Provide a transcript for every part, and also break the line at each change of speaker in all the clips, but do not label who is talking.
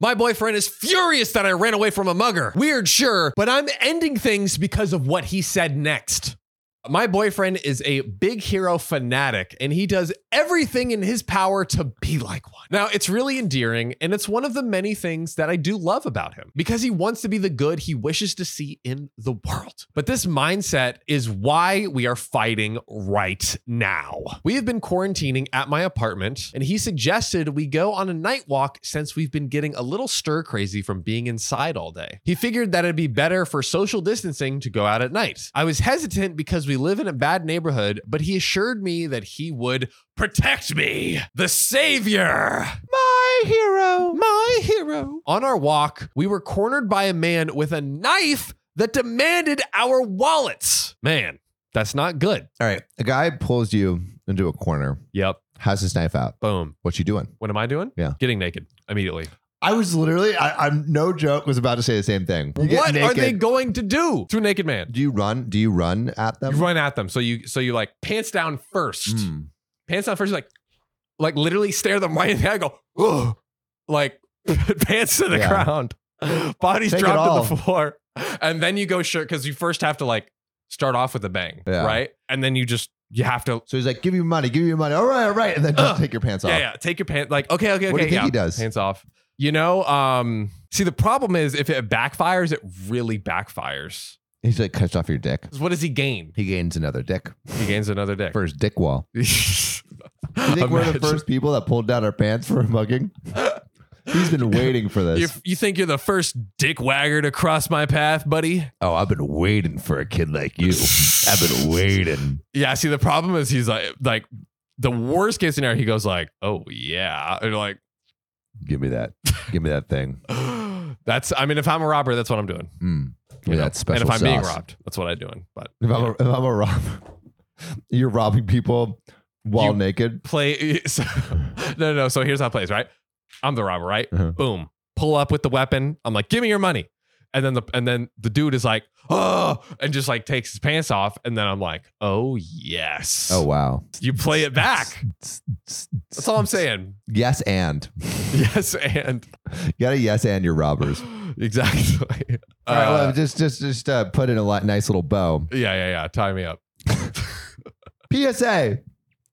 My boyfriend is furious that I ran away from a mugger. Weird, sure, but I'm ending things because of what he said next. My boyfriend is a big hero fanatic, and he does everything in his power to be like one. Now, it's really endearing, and it's one of the many things that I do love about him because he wants to be the good he wishes to see in the world. But this mindset is why we are fighting right now. We have been quarantining at my apartment, and he suggested we go on a night walk since we've been getting a little stir crazy from being inside all day. He figured that it'd be better for social distancing to go out at night. I was hesitant because we live in a bad neighborhood, but he assured me that he would protect me, the savior. My hero, my hero. On our walk, we were cornered by a man with a knife that demanded our wallets. Man, that's not good.
All right. A guy pulls you into a corner,
Yep.
has his knife out.
Boom.
What you doing?
What am I doing?
Yeah.
Getting naked immediately.
I was literally, I, I'm no joke, was about to say the same thing. You get
What are
naked.
they going to do to a naked man?
Do you run? Do you run at them?
You run at them. So you so you like pants down first.
Mm.
Pants down first, you like like literally stare them right in the eye and go, Ugh. like pants to the
Yeah.
ground. Bodies
Take it
dropped to
all.
the floor. And then you go shirt because you first have to like start off with a bang.
Yeah.
Right. And then you just you have to
So he's like, "Give me your money, give me your money." All right, all right, and then just
Ugh.
take your pants
Yeah,
off.
yeah. Take your pants. Like, okay, okay, okay.
What do you think
yeah.
he does?
Hands off. You know, um, see, the problem is if it backfires, it really backfires.
He's like, "Cuts off your dick."
'Cause What does he gain?
He gains another dick
He gains another dick.
for his dick wall.
you
You think we're the first people that pulled down our pants for a mugging? He's been waiting for this.
You, you think you're the first dick wagger to cross my path, buddy?
oh, I've been waiting for a kid like you. I've been waiting.
Yeah. See, the problem is he's like, like the worst case scenario. He goes like, "Oh yeah," and you're like,
Give me that. Give me that thing.
"That's." I mean, if I'm a robber, that's what I'm doing.
Mm. Give me
you know?
that special
and if I'm being
sauce.
robbed, that's what I'm doing. But
If I'm, a, if I'm a rob, you're robbing people while
You-
naked.
play. So, no, no. So here's how it plays, right? I'm the robber, right?
Uh-huh.
Boom. Pull up with the weapon. I'm like, give me your money. And then the and then the dude is like, oh, and just like takes his pants off. And then I'm like, oh yes.
Oh wow.
you play it back. That's all I'm saying.
Yes, and
Yes, and
you gotta yes and your robbers.
exactly.
All right, well,
Uh,
just just just uh, put in a li- nice little bow.
yeah, yeah, yeah. Tie me up.
PSA: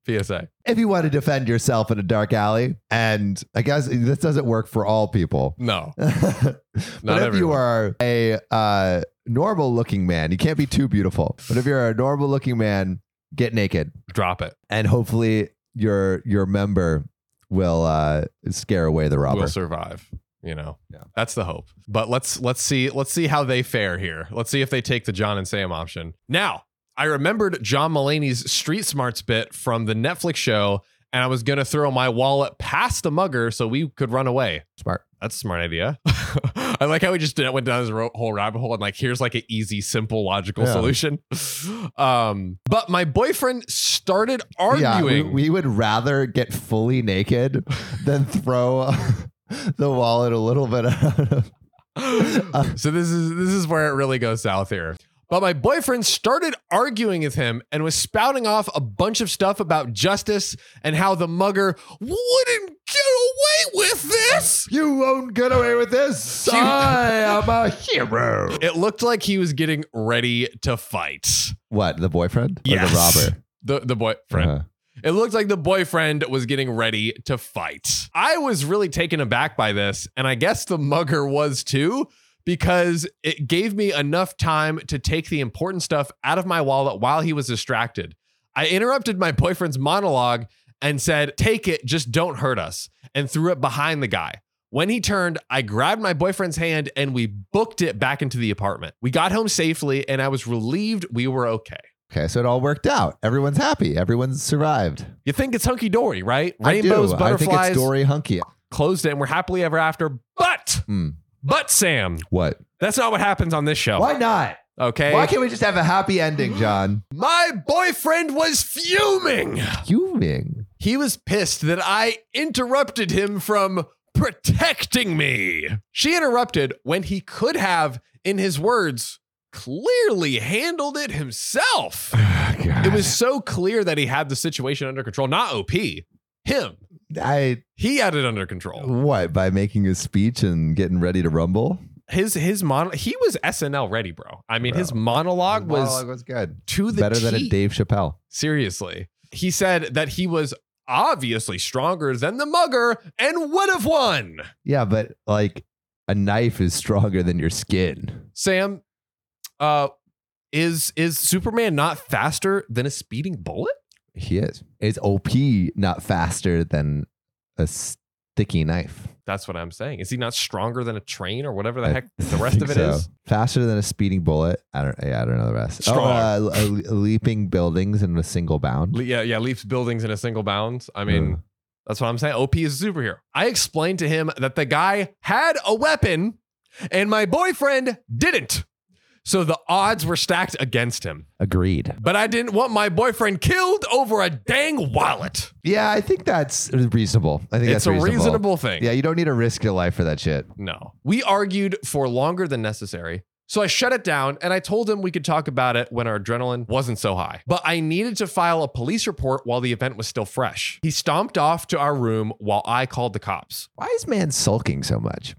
PSA.
If you want to defend yourself in a dark alley, and I guess this doesn't work for all people,
No,
but
not
if you
everyone.
are a uh, normal-looking man, you can't be too beautiful. But if you're a normal-looking man, get naked,
Drop it.
and hopefully your your member will uh, scare away the robber.
Will survive. You know,
Yeah.
that's the hope. But let's let's see let's see how they fare here. Let's see if they take the John and Sam option. Now, I remembered John Mulaney's street smarts bit from the Netflix show, and I was gonna throw my wallet past the mugger so we could run away.
Smart.
That's a smart idea. I like how we just did, went down this ro- whole rabbit hole and like here's like an easy, simple, logical
Yeah.
solution. Um, but my boyfriend started arguing.
Yeah, we, we would rather get fully naked than throw uh, the wallet a little bit out of.
so this is this is where it really goes south here. But my boyfriend started arguing with him and was spouting off a bunch of stuff about justice and how the mugger wouldn't get away with this.
You won't get away with this. I am a hero.
It looked like he was getting ready to fight.
What, the boyfriend? Or
Yes.
the robber?
The the boyfriend.
Uh-huh.
It looked like the boyfriend was getting ready to fight. I was really taken aback by this, and I guess the mugger was too, because it gave me enough time to take the important stuff out of my wallet while he was distracted. I interrupted my boyfriend's monologue and said, Take it, just don't hurt us, and threw it behind the guy. When he turned, I grabbed my boyfriend's hand and we booked it back into the apartment. We got home safely, and I was relieved we were okay.
Okay, so it all worked out. Everyone's happy. Everyone's survived.
You think it's hunky dory, right?
I do.
Rainbows, butterflies.
I think it's Dory Hunky.
closed it and we're happily ever after. But,
Hmm.
but Sam,
What?
that's not what happens on this show.
Why not?
Okay.
Why can't we just have a happy ending, John?
My boyfriend was fuming.
Fuming.
He was pissed that I interrupted him from protecting me. She interrupted when he could have, in his words, clearly handled it himself. It was so clear that he had the situation under control, not OP, him.
I
He had it under control.
what by making a speech and getting ready to rumble.
His his mon he was SNL ready, bro. I mean, his
Bro.
monologue
His
was
monologue was good,
to the
better than a
T.
Dave Chappelle.
Seriously. He said that he was obviously stronger than the mugger and would have won.
Yeah, but like a knife is stronger than your skin.
Sam, uh, is is Superman not faster than a speeding bullet?
He is. Is OP not faster than a sticky knife?
That's what I'm saying. Is he not stronger than a train or whatever the
I
heck the rest
think
of it is?
so. faster than a speeding bullet. I don't. Yeah, I don't know the rest.
Strong.
Oh, uh, a- a leaping buildings in a single bound.
Le- yeah, yeah, leaps buildings in a single bound. I mean,
Mm.
that's what I'm saying. OP is a superhero. I explained to him that the guy had a weapon and my boyfriend didn't. So the odds were stacked against him.
Agreed.
But I didn't want my boyfriend killed over a dang wallet.
Yeah, I think that's reasonable. I think
It's
that's
a
reasonable.
reasonable thing.
Yeah, you don't need to risk your life for that shit.
No. We argued for longer than necessary. So I shut it down and I told him we could talk about it when our adrenaline wasn't so high. But I needed to file a police report while the event was still fresh. He stomped off to our room while I called the cops.
Why is man sulking so much?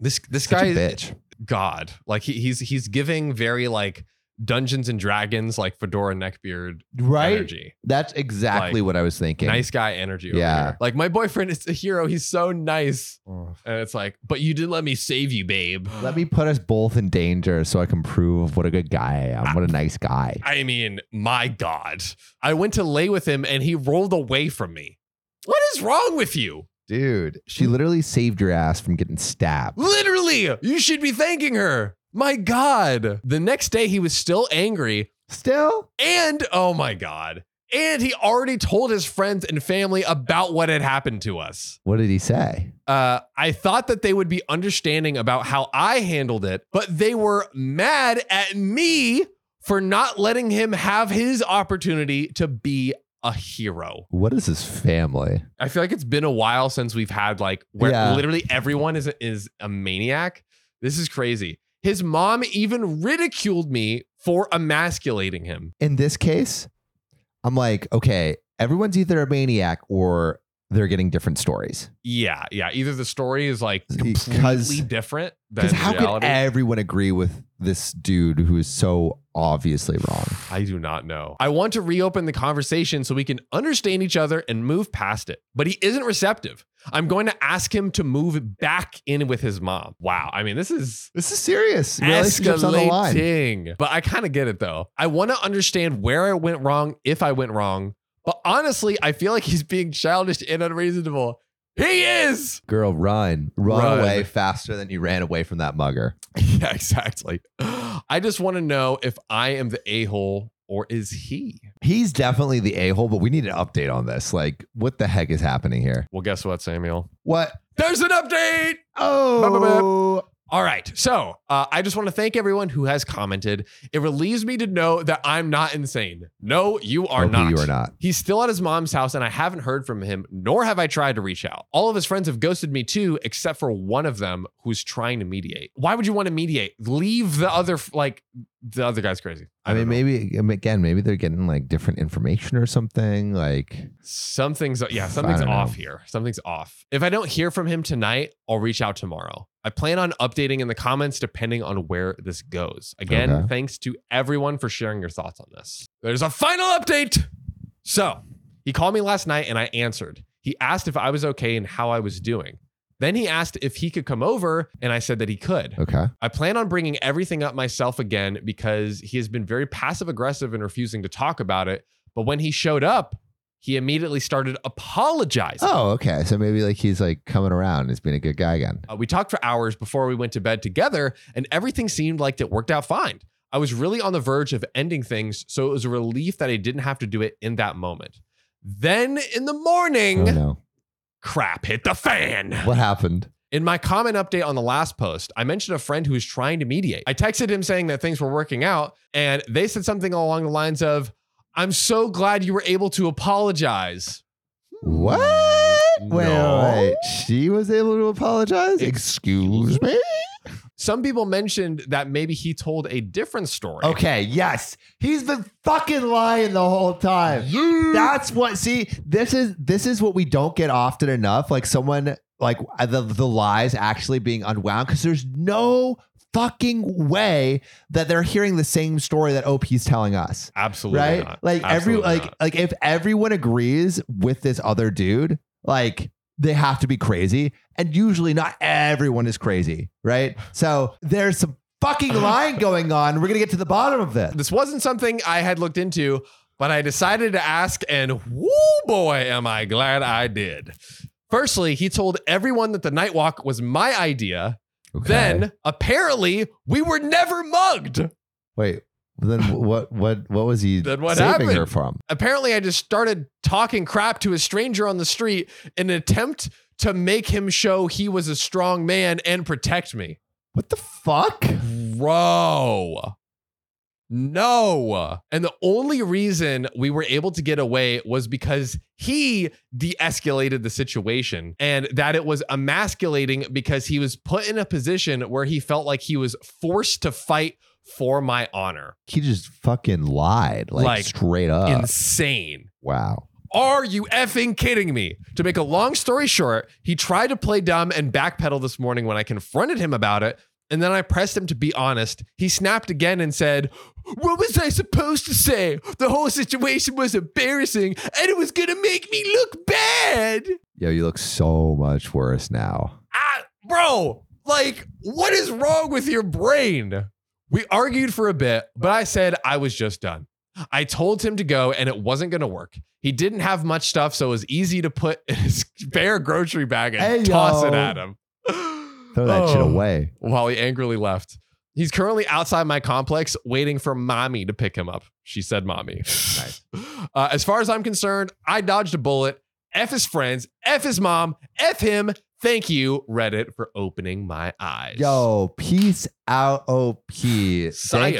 This this
Such
guy
a
is
bitch.
God. Like he, he's he's giving very like Dungeons and Dragons like Fedora Neckbeard energy.
That's exactly
Like,
what I was thinking.
Nice guy energy. over
Yeah.
here. Like my boyfriend is a hero. He's so nice. And it's like, but you didn't let me save you, babe.
Let me put us both in danger so I can prove what a good guy I am. What a nice guy.
I mean, my God. I went to lay with him and he rolled away from me. What is wrong with you?
Dude, she literally saved your ass from getting stabbed.
Literally, you should be thanking her. My God. The next day, he was still angry.
Still?
And oh my God. And he already told his friends and family about what had happened to us.
What did he say?
Uh, I thought that they would be understanding about how I handled it, but they were mad at me for not letting him have his opportunity to be a hero.
What is his family?
I feel like it's been a while since we've had like where
Yeah.
literally everyone is is a maniac. This is crazy. His mom even ridiculed me for emasculating him.
In this case, I'm like, okay, everyone's either a maniac or they're getting different stories.
Yeah, yeah. Either the story is like
Because-
completely different than
Because how
reality.
could everyone agree with this dude who is so obviously wrong?
I do not know. I want to reopen the conversation so we can understand each other and move past it. But he isn't receptive. I'm going to ask him to move back in with his mom. Wow. I mean, this is
This is serious. Relationships on the line.
escalating. But I kind of get it though. I want to understand where I went wrong, if I went wrong. But honestly, I feel like he's being childish and unreasonable. He is.
Girl, run. Run,
Run.
away faster than you ran away from that mugger.
Yeah, exactly. I just want to know if I am the a hole or is he?
He's definitely the a hole, but we need an update on this. Like, what the heck is happening here?
Well, guess what, Samuel?
What?
There's an update.
Oh,
All right. So uh, I just want to thank everyone who has commented. It relieves me to know that I'm not insane. No, you are
Okay,
not.
You are not.
He's still at his mom's house, and I haven't heard from him, nor have I tried to reach out. All of his friends have ghosted me too, except for one of them who's trying to mediate. Why would you want to mediate? Leave the other, f- like, the other guy's crazy.
I, mean,
don't know.
maybe I mean, again, maybe they're getting like different information or something. Like,
something's, yeah,
I
something's
don't know.
off here. Something's off. If I don't hear from him tonight, I'll reach out tomorrow. I plan on updating in the comments depending on where this goes. Again,
Okay.
thanks to everyone for sharing your thoughts on this. There's a final update. So he called me last night and I answered. He asked if I was okay and how I was doing. Then he asked if he could come over, and I said that he could.
okay,
I plan on bringing everything up myself again because he has been very passive aggressive and refusing to talk about it. But when he showed up, he immediately started apologizing.
oh, okay. So maybe like he's like coming around. He's being a good guy again.
Uh, we talked for hours before we went to bed together, and everything seemed like it worked out fine. I was really on the verge of ending things, so it was a relief that I didn't have to do it in that moment. Then in the
Oh
morning,
no,
crap hit the fan.
what happened?
In my comment update on the last post, I mentioned a friend who was trying to mediate. I texted him saying that things were working out, and they said something along the lines of, I'm so glad you were able to apologize.
What? Wait,
No.
wait, wait. she was able to apologize. Excuse me.
some people mentioned that maybe he told a different story.
Okay, yes. He's been fucking lying the whole time. That's what see, this is this is what we don't get often enough. Like someone like uh, the, the lies actually being unwound because there's no fucking way that they're hearing the same story that OP's telling us.
Absolutely
Right?
not.
Like
Absolutely
every like
not.
like if everyone agrees with this other dude, like they have to be crazy. And usually not everyone is crazy, right? So there's some fucking lying going on. We're gonna get to the bottom of this.
this wasn't something I had looked into, but I decided to ask, and woo boy, am I glad I did. Firstly, he told everyone that the night walk was my idea. Then apparently we were never mugged.
Wait, then what? What? What was he
Then what
saving
happened?
her from?
Apparently, I just started talking crap to a stranger on the street in an attempt to make him show he was a strong man and protect me.
What the fuck?
Bro. No. And the only reason we were able to get away was because he de escalated the situation and that it was emasculating because he was put in a position where he felt like he was forced to fight for my honor.
He just fucking lied, like,
Like,
straight up.
Insane.
wow.
Are you effing kidding me? To make a long story short, he tried to play dumb and backpedal this morning when I confronted him about it. And then I pressed him to be honest. He snapped again and said, What was I supposed to say? The whole situation was embarrassing and it was going to make me look bad.
Yo, you look so much worse now.
I, bro, like, what is wrong with your brain? We argued for a bit, but I said I was just done. I told him to go and it wasn't going to work. He didn't have much stuff, so it was easy to put in his spare grocery bag and
Hey,
toss
yo.
it at him.
Throw that shit
Oh.
away.
While he angrily left. He's currently outside my complex waiting for mommy to pick him up. She said mommy. Uh, as far as I'm concerned, I dodged a bullet. F his friends, F his mom, F him. Thank you, Reddit, for opening my eyes.
Yo, peace out, OP. Thank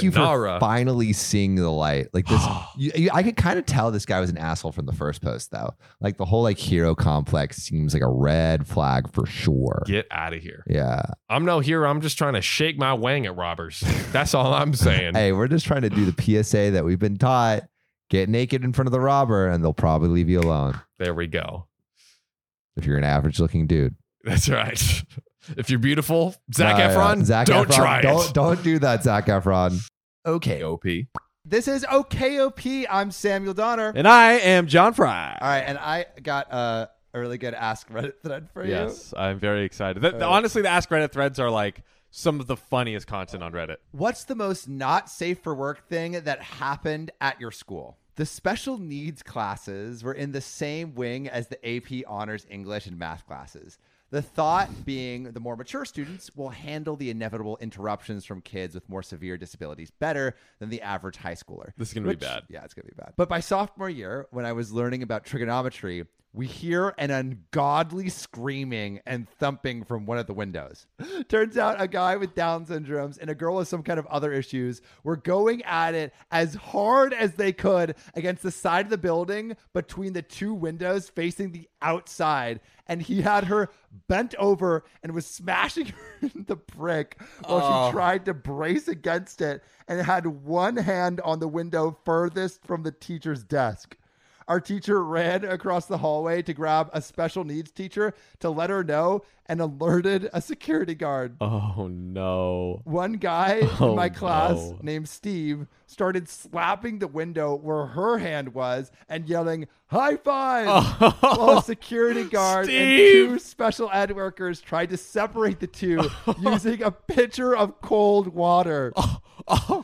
you for
Sayonara.
finally seeing the light. Like this, you, you, I could kind of tell this guy was an asshole from the first post, though. Like the whole like hero complex seems like a red flag for sure.
Get out of here.
yeah.
I'm no hero. I'm just trying to shake my wang at robbers. That's all I'm saying.
Hey, we're just trying to do the PSA that we've been taught. Get naked in front of the robber, and they'll probably leave you alone
There we go.
if you're an average looking dude.
That's right. If you're beautiful, Zach
Uh,
Efron,
Zac
don't
Efron,
try
Don't,
it.
don't do that, Zach Efron. Okay.
OP.
This is OKOP. I'm Samuel Donner.
And I am John Fry.
All right. And I got uh, a really good Ask Reddit thread for you.
Yes, I'm very excited. The- the-
Uh,
honestly, the Ask Reddit threads are like some of the funniest content on Reddit.
What's the most not safe for work thing that happened at your school? The special needs classes were in the same wing as the AP honors English and math classes. The thought being the more mature students will handle the inevitable interruptions from kids with more severe disabilities better than the average high schooler.
This is gonna be bad.
Yeah, it's going to be bad. But by sophomore year, when I was learning about trigonometry, we hear an ungodly screaming and thumping from one of the windows. Turns out a guy with Down syndromes and a girl with some kind of other issues were going at it as hard as they could against the side of the building between the two windows facing the outside. And he had her bent over and was smashing her in the brick while she tried to brace against it and had one hand on the window furthest from the teacher's desk. Our teacher ran across the hallway to grab a special needs teacher to let her know and alerted a security guard.
Oh no!
One guy in
Oh,
my class
no.
named Steve started slapping the window where her hand was and yelling, High five! While a security guard and two
Steve!
special ed workers tried to separate the two using a pitcher of cold water.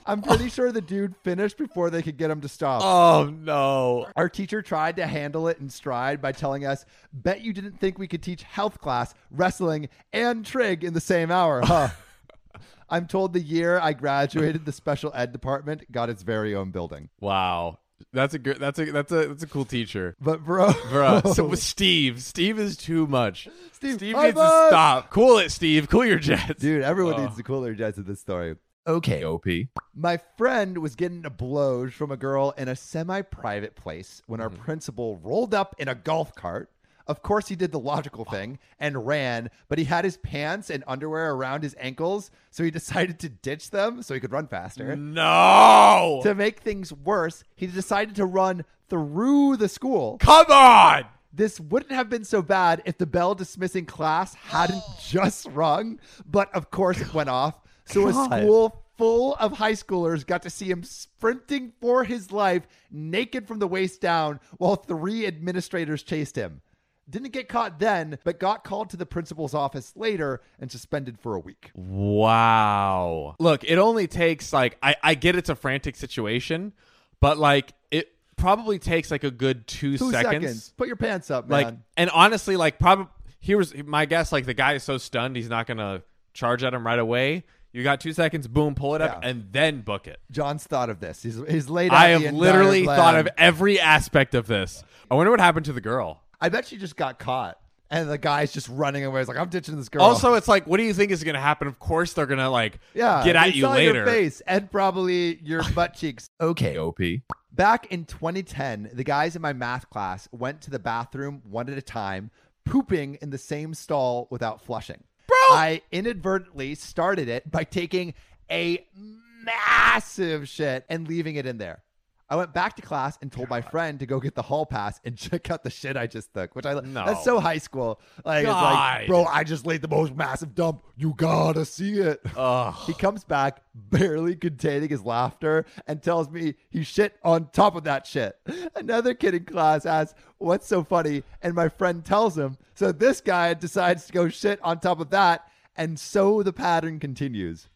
I'm pretty sure the dude finished before they could get him to stop.
Oh no!
Our teacher tried to handle it in stride by telling us, Bet you didn't think we could teach health class, wrestling, and trig in the same hour, huh? I'm told the year I graduated, the special ed department got its very own building.
Wow, that's a good. That's a that's a that's a cool teacher.
But, bro,
Bruh. So with Steve, Steve is too much.
Oh. Steve,
Steve
high
needs to
five!
stop. Cool it, Steve. Cool your jets.
dude, everyone
Oh.
needs the cooler jets in this story. Okay,
OP.
My friend was getting a blow from a girl in a semi private place when our principal rolled up in a golf cart, Of course, he did the logical thing and ran, but he had his pants and underwear around his ankles, so he decided to ditch them so he could run faster.
No!
To make things worse, he decided to run through the school.
Come on!
This wouldn't have been so bad if the bell dismissing class hadn't just rung, but of course it went off. So a
God.
school full of high schoolers got to see him sprinting for his life, naked from the waist down, while three administrators chased him. Didn't get caught then, but got called to the principal's office later and suspended for a week.
Wow. Look, it only takes like I, I get it's a frantic situation, but like it probably takes like a good two,
Two seconds. Put your pants up, man.
Like and honestly, like probably here was my guess, like the guy is so stunned he's not gonna charge at him right away. You got two seconds, boom, pull it up,
Yeah.
and then book it.
John's thought of this. He's, he's laid out
I
the
have
entire
literally
plan.
thought of every aspect of this. I wonder what happened to the girl.
I bet she just got caught. And the guy's just running away. He's like, I'm ditching this girl.
Also, it's like, what do you think is going to happen? Of course, they're going to like
yeah,
get
they
at you
saw
later.
Your face and probably your butt cheeks. Okay.
OP.
Back in 2010, the guys in my math class went to the bathroom one at a time, pooping in the same stall without flushing. Bro! I inadvertently started it by taking a massive shit and leaving it in there. I went back to class and told my friend to go get the hall pass and check out the shit I just took, which I
No.
that's so high school. Like,
God.
it's like, bro, I just laid the most massive dump. You gotta see it.
Ugh.
He comes back barely containing his laughter and tells me he shit on top of that shit. Another kid in class asks, What's so funny? And my friend tells him. So this guy decides to go shit on top of that. And so the pattern continues.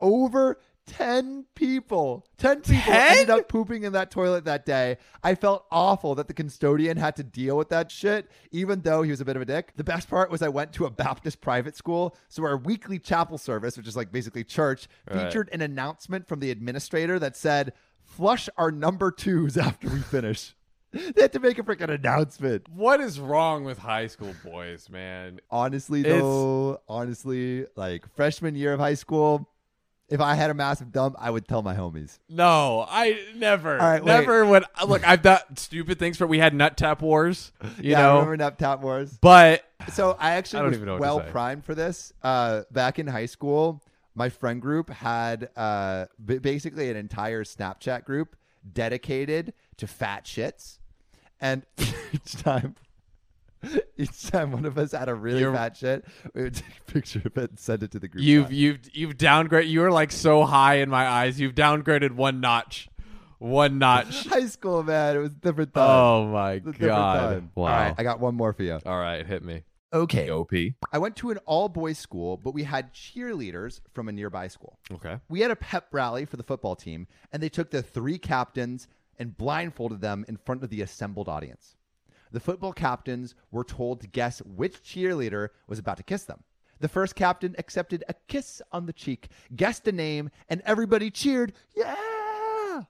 Over 10 people, 10 people
10?
ended up pooping in that toilet that day. I felt awful that the custodian had to deal with that shit, even though he was a bit of a dick. The best part was I went to a Baptist private school, so our weekly chapel service, which is like basically church,
Right.
featured an announcement from the administrator that said, flush our number twos after we finish. they had to make a freaking announcement.
What is wrong with high school boys, man?
Honestly,
It's-
though, honestly, like freshman year of high school, if I had a massive dump, I would tell my homies.
No, I never,
All right, wait.
never would. Look, I've done stupid things, but we had nut tap wars, you
yeah, I
know.
remember Nap Tap Wars.
But
So I
I
actually
don't
was
even know what to
well
say.
primed for this. Uh, back in high school, my friend group had uh, b- basically an entire Snapchat group dedicated to fat shits, and each time. Each time one of us had a really
You're-
fat shit, we would take a picture of it and send it to the group.
you've
chat.
you've you've downgraded. You were like so high in my eyes. You've downgraded one notch, one notch.
high school, man. It was a different time.
oh my
It was a different
god!
time. All right, I got one more for you.
All right, hit me.
Okay.
OP.
I went to an all boys school, but we had cheerleaders from a nearby school.
Okay.
We had a pep rally for the football team, and they took the three captains and blindfolded them in front of the assembled audience. The football captains were told to guess which cheerleader was about to kiss them. The first captain accepted a kiss on the cheek, guessed a name, and everybody cheered, Yeah!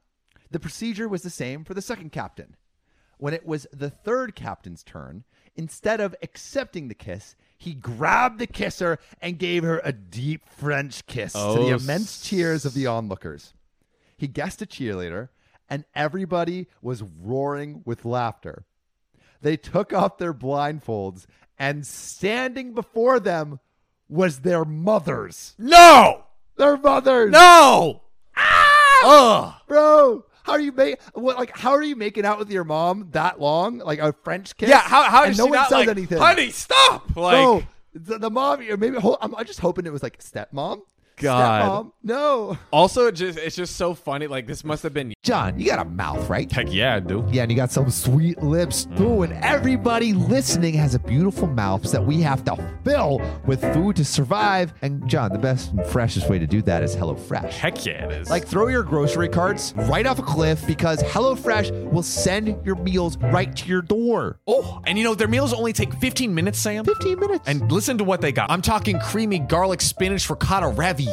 The procedure was the same for the second captain. When it was the third captain's turn, instead of accepting the kiss, he grabbed the kisser and gave her a deep French kiss to
Oh,
the immense cheers of the onlookers. He guessed a cheerleader, and everybody was roaring with laughter. They took off their blindfolds, and standing before them was their mothers.
No,
Their mothers!
no. Ah! Ugh.
Bro, how are you make what like how are you making out with your mom that long? Like a French kiss?
Yeah, how how
And
does
no
she
one
not
says
like,
anything?
honey? Stop! Like,
Bro, the, the mom or maybe hold, I'm, I'm just hoping it was like stepmom.
God.
Stepmom. No.
also, it just it's just so funny. Like, this must have been
John, you got a mouth, right?
heck yeah, dude.
Yeah, and you got some sweet lips too. And everybody listening has a beautiful mouth that we have to fill with food to survive. And John, the best and freshest way to do that is HelloFresh.
Heck yeah, it is.
Like throw your grocery carts right off a cliff because HelloFresh will send your meals right to your door.
Oh, and you know, their meals only take 15 minutes, Sam.
15 minutes.
And listen to what they got. I'm talking creamy garlic spinach ricotta ravioli. ravioli.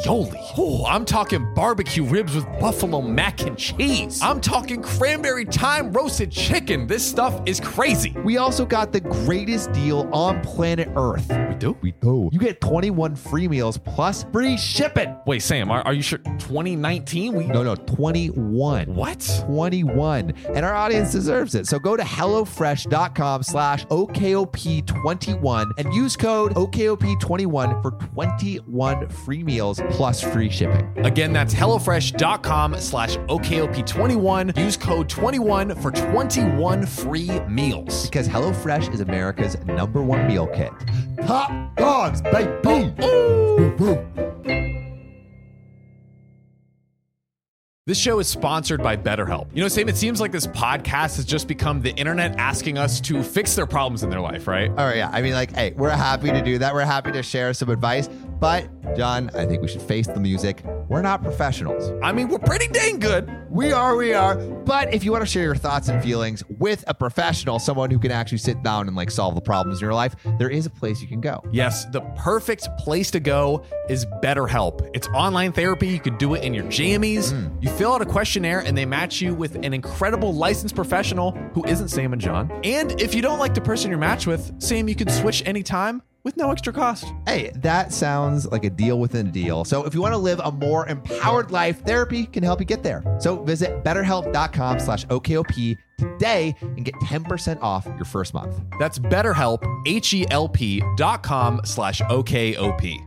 Oh, I'm talking barbecue ribs with buffalo mac and cheese. I'm talking cranberry thyme roasted chicken. This stuff is crazy.
We also got the greatest deal on planet Earth.
We do?
We do. You get 21 free meals plus free shipping.
Wait, Sam, are, are you sure 2019? We
No, no, 21.
What?
21 and our audience deserves it so go to hellofresh.com slash okop21 and use code okop21 for 21 free meals plus free shipping
Again, that's HelloFresh.com slash OKOP21. Use code 21 for 21 free meals.
because hellofresh is america's number one meal kit top dogs baby
This show is sponsored by BetterHelp. You know, Sam, it seems like this podcast has just become the internet asking us to fix their problems in their life, right?
all right yeah i mean like hey we're happy to do that we're happy to share some advice but john i think we should face the music we're not professionals
I mean, we're pretty dang good.
We are, we are. But if you want to share your thoughts and feelings with a professional, someone who can actually sit down and like solve the problems in your life, there is a place you can go.
Yes, the perfect place to go is BetterHelp. It's online therapy. You can do it in your jammies. You fill out a questionnaire and they match you with an incredible licensed professional who isn't Sam and John. And if you don't like the person you're matched with, Sam, you can switch anytime with no extra cost.
Hey, that sounds like a deal within a deal. So if you want to live a more empowered life, therapy can help you get there. So visit betterhelp.com slash OKOP today and get 10% off your first month.
That's BetterHelp,
E
H-E-L-P dot com slash O-K-O-P.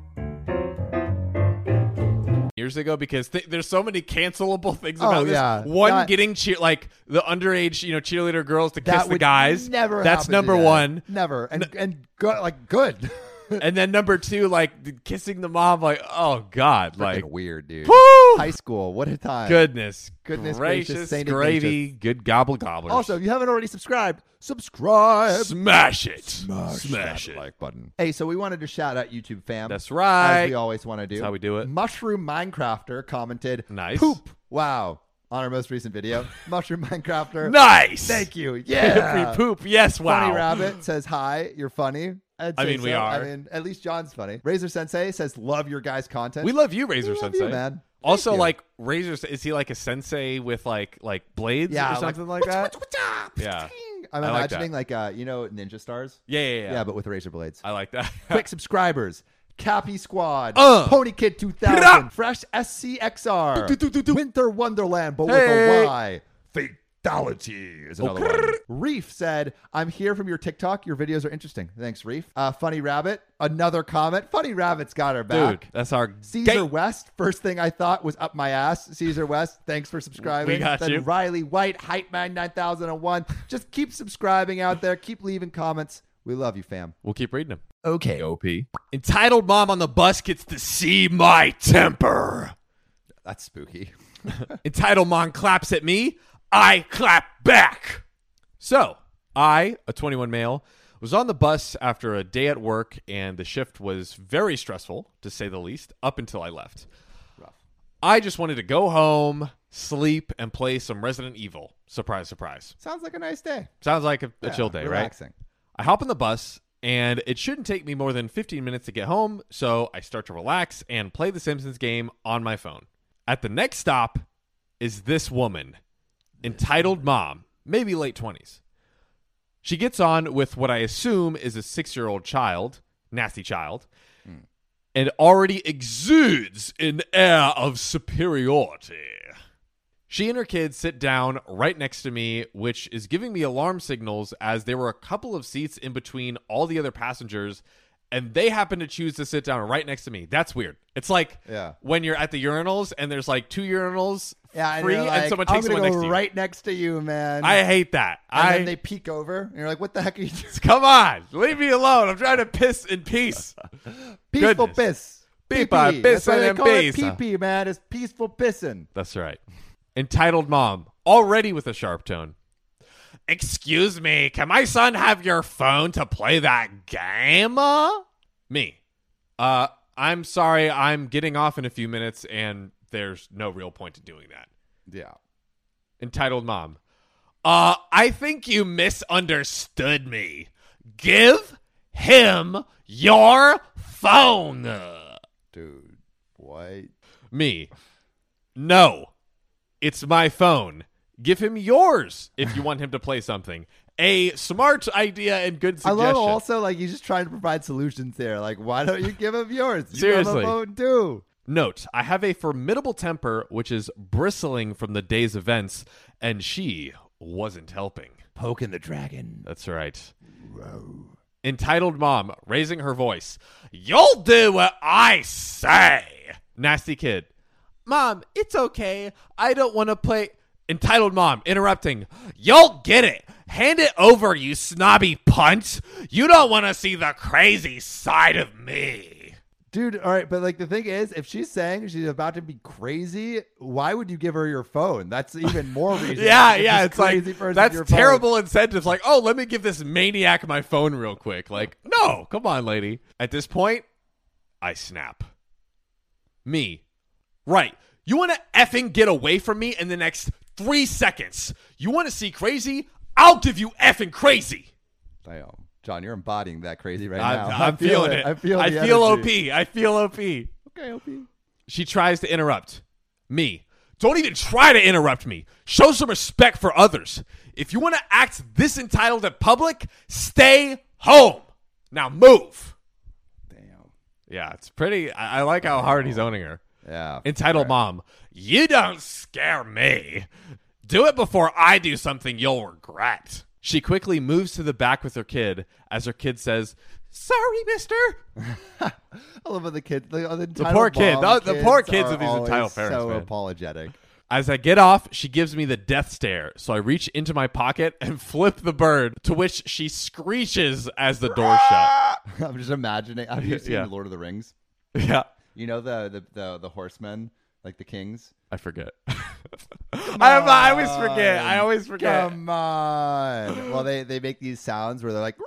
years ago because th- there's so many cancelable things
Oh,
about this.
yeah.
One
That-
getting cheer like the underage, you know, cheerleader girls to kiss the
would
guys.
Never.
That's
happen
number
to that.
one.
Never. And, and good, like good.
And then number two, like th- kissing the mom, like oh god, like
Freaking weird, dude.
woo!
High school. What a time.
Goodness,
Goodness
gracious,
gracious, Saint
gravy, good gobble gobblers.
Also, if you haven't already subscribed, subscribe.
smash it,
Smash,
it.
like button. Hey, so we wanted to shout out YouTube fam.
That's right.
As we always want to do.
That's how we do it.
Mushroom Minecrafter commented,
Nice.
poop. Wow. On our most recent video, Mushroom Minecrafter.
nice.
Thank you.
Every
Yeah.
poop. Yes. Wow.
Funny Rabbit says, hi, you're funny. I'd
I
say
mean, we
so.
are.
I mean, at least John's funny. Razor Sensei says, love your guys' content.
We love you, Razor
We love you,
Sensei.
man. Thank
Also,
you.
like Razor, is he like a sensei with like like blades
yeah,
or something like, that? Yeah.
I'm
I like that.
imagining like, uh, you know, Ninja Stars.
Yeah, yeah, yeah.
yeah, but with razor blades.
I like that.
Quick subscribers. Cappy Squad.
Uh.
Pony Kid 2000.
Brah.
Fresh SCXR.
Do, do, do, do.
Winter Wonderland, but
Hey. Oh,
with a Y. Fatality is another one. Reef said, I'm here from your TikTok. Your videos are interesting. Thanks, Reef. Uh, Funny Rabbit. Another comment. Funny Rabbit's got her back.
Dude, that's our
Caesar
gate.
West, first thing I thought was up my ass. Caesar West, thanks for subscribing.
We got
then
you.
Riley White, Hype Man 9001. Just keep subscribing out there. Keep leaving comments. We love you, fam.
We'll keep reading them.
Okay,
OP. Entitled mom on the bus gets to see my temper.
That's spooky.
Entitled mom claps at me. I clap back. So I, a 21 male, was on the bus after a day at work, and the shift was very stressful, to say the least, up until I left. I just wanted to go home, sleep, and play some Resident Evil. Surprise, surprise.
Sounds like a nice day.
Sounds like a, a
Yeah,
chill day, right?
relaxing.
I hop on the bus, and it shouldn't take me more than 15 minutes to get home, so I start to relax and play the Simpsons game on my phone. At the next stop is this woman, entitled mom, maybe late 20s. She gets on with what I assume is a six year old child, nasty child, and already exudes an air of superiority. She and her kids sit down right next to me, which is giving me alarm signals as there were a couple of seats in between all the other passengers, and they happen to choose to sit down right next to me. That's weird. It's like
Yeah.
when you're at the urinals and there's like two urinals
Yeah, and,
free,
you're
and,
like,
someone
I'm
takes
gonna
someone
go
next to you.
right next to you, man.
I hate that.
and
I
then they peek over, and you're like, "What the heck are you doing?"
come on, leave me alone. I'm trying to piss in peace.
Peaceful
Goodness.
piss.
Pee pie,
Pee-pee. That's why
pissin'
they
and
call it
peace.
pee-pee, man. It's peaceful pissing.
That's right. Entitled mom, already with a sharp tone. Excuse me, can my son have your phone to play that game? uh?" Me. Uh, I'm sorry, I'm getting off in a few minutes, and there's no real point to doing that.
Yeah.
Entitled mom. Uh, I think you misunderstood me. Give him your phone.
Dude. What?
Me. No. It's my phone. Give him yours if you want him to play something. A smart idea and good
I
suggestion.
love also like you just trying to provide solutions there. Like, why don't you give him yours? You have
Seriously.
a phone too.
Note, I have a formidable temper which is bristling from the day's events, and she wasn't helping.
Poking the dragon.
That's right. Entitled mom, raising her voice. You'll do what I say. Nasty kid. Mom, it's okay. I don't want to play. Entitled mom, interrupting. You'll get it. Hand it over, you snobby punt. You don't want to see the crazy side of me.
Dude, all right, but like the thing is, if she's saying she's about to be crazy, why would you give her your phone? That's even more reason.
Yeah,
to give
yeah,
this
it's like
crazy person
that's
your phone.
terrible incentives. Like, oh, let me give this maniac my phone real quick. Like, no, come on, lady. At this point, I snap. Me, right? You want to effing get away from me in the next three seconds? You want to see crazy? I'll give you effing crazy.
Damn. John, you're embodying that crazy right
I'm,
now.
I'm
I feel
feeling it.
I feel
I
the
feel op.
energy.
I feel op.
Okay, OP.
She tries to interrupt me. Don't even try to interrupt me. Show some respect for others. If you want to act this entitled at public, stay home. Now move.
Damn.
Yeah, it's pretty. I, I like how hard he's owning her.
Yeah.
Entitled mom, you don't scare me. Do it before I do something you'll regret. She quickly moves to the back with her kid as her kid says, Sorry, mister.
I love how the kid, the, the,
poor
entitled
kid.
mom
The- the poor kids
are
of these
always
entitled parents,
So
man.
apologetic.
As I get off, she gives me the death stare. So I reach into my pocket and flip the bird, to which she screeches as the door shut.
I'm just imagining. Have you seen
Yeah.
Lord of the Rings?
Yeah,
You know the the the, the horsemen, like the kings.
I forget. I, am- I always forget.
on.
I always forget.
Come on. well, they they make these sounds where they're like,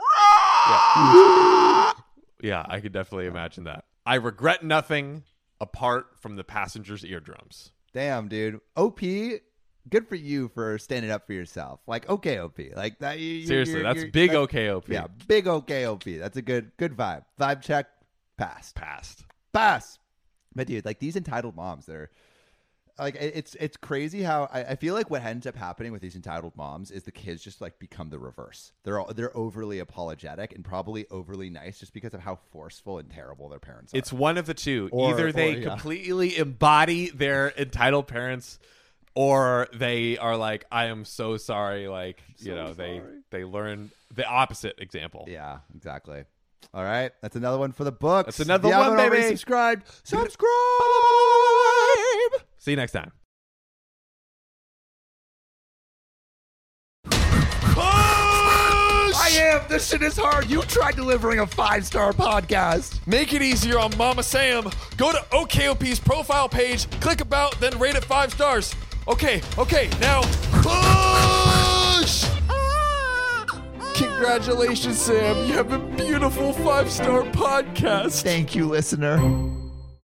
Yeah, I could definitely imagine that. I regret nothing apart from the passenger's eardrums.
"Damn, dude, OP." Good for you for standing up for yourself. Like, okay, OP. Like that. You, you-
Seriously,
you're-
that's
you're-
big
that-
OKOP.
Yeah, big okay, OP. That's a good good vibe. Vibe check. Pass.
Passed.
pass. But dude, like these entitled moms, they're like it- it's it's crazy how I, I feel like what ends up happening with these entitled moms is the kids just like become the reverse. They're all, they're overly apologetic and probably overly nice just because of how forceful and terrible their parents are.
It's one of the two.
Or-
Either they
or, yeah.
completely embody their entitled parents, or they are like, "I am so sorry." Like you know, they they learn the opposite example.
yeah, exactly. All right, that's another one for the books.
That's another
If you
one,
haven't already
baby.
Subscribed.
Subscribe. See you next time.
I am. This shit is hard. You tried delivering a five star podcast.
Make it easier on Mama Sam. Go to OKOP's profile page, click about, then rate it five stars. Okay, okay, now push! Congratulations, Sam. You have a beautiful five star podcast.
Thank you, listener.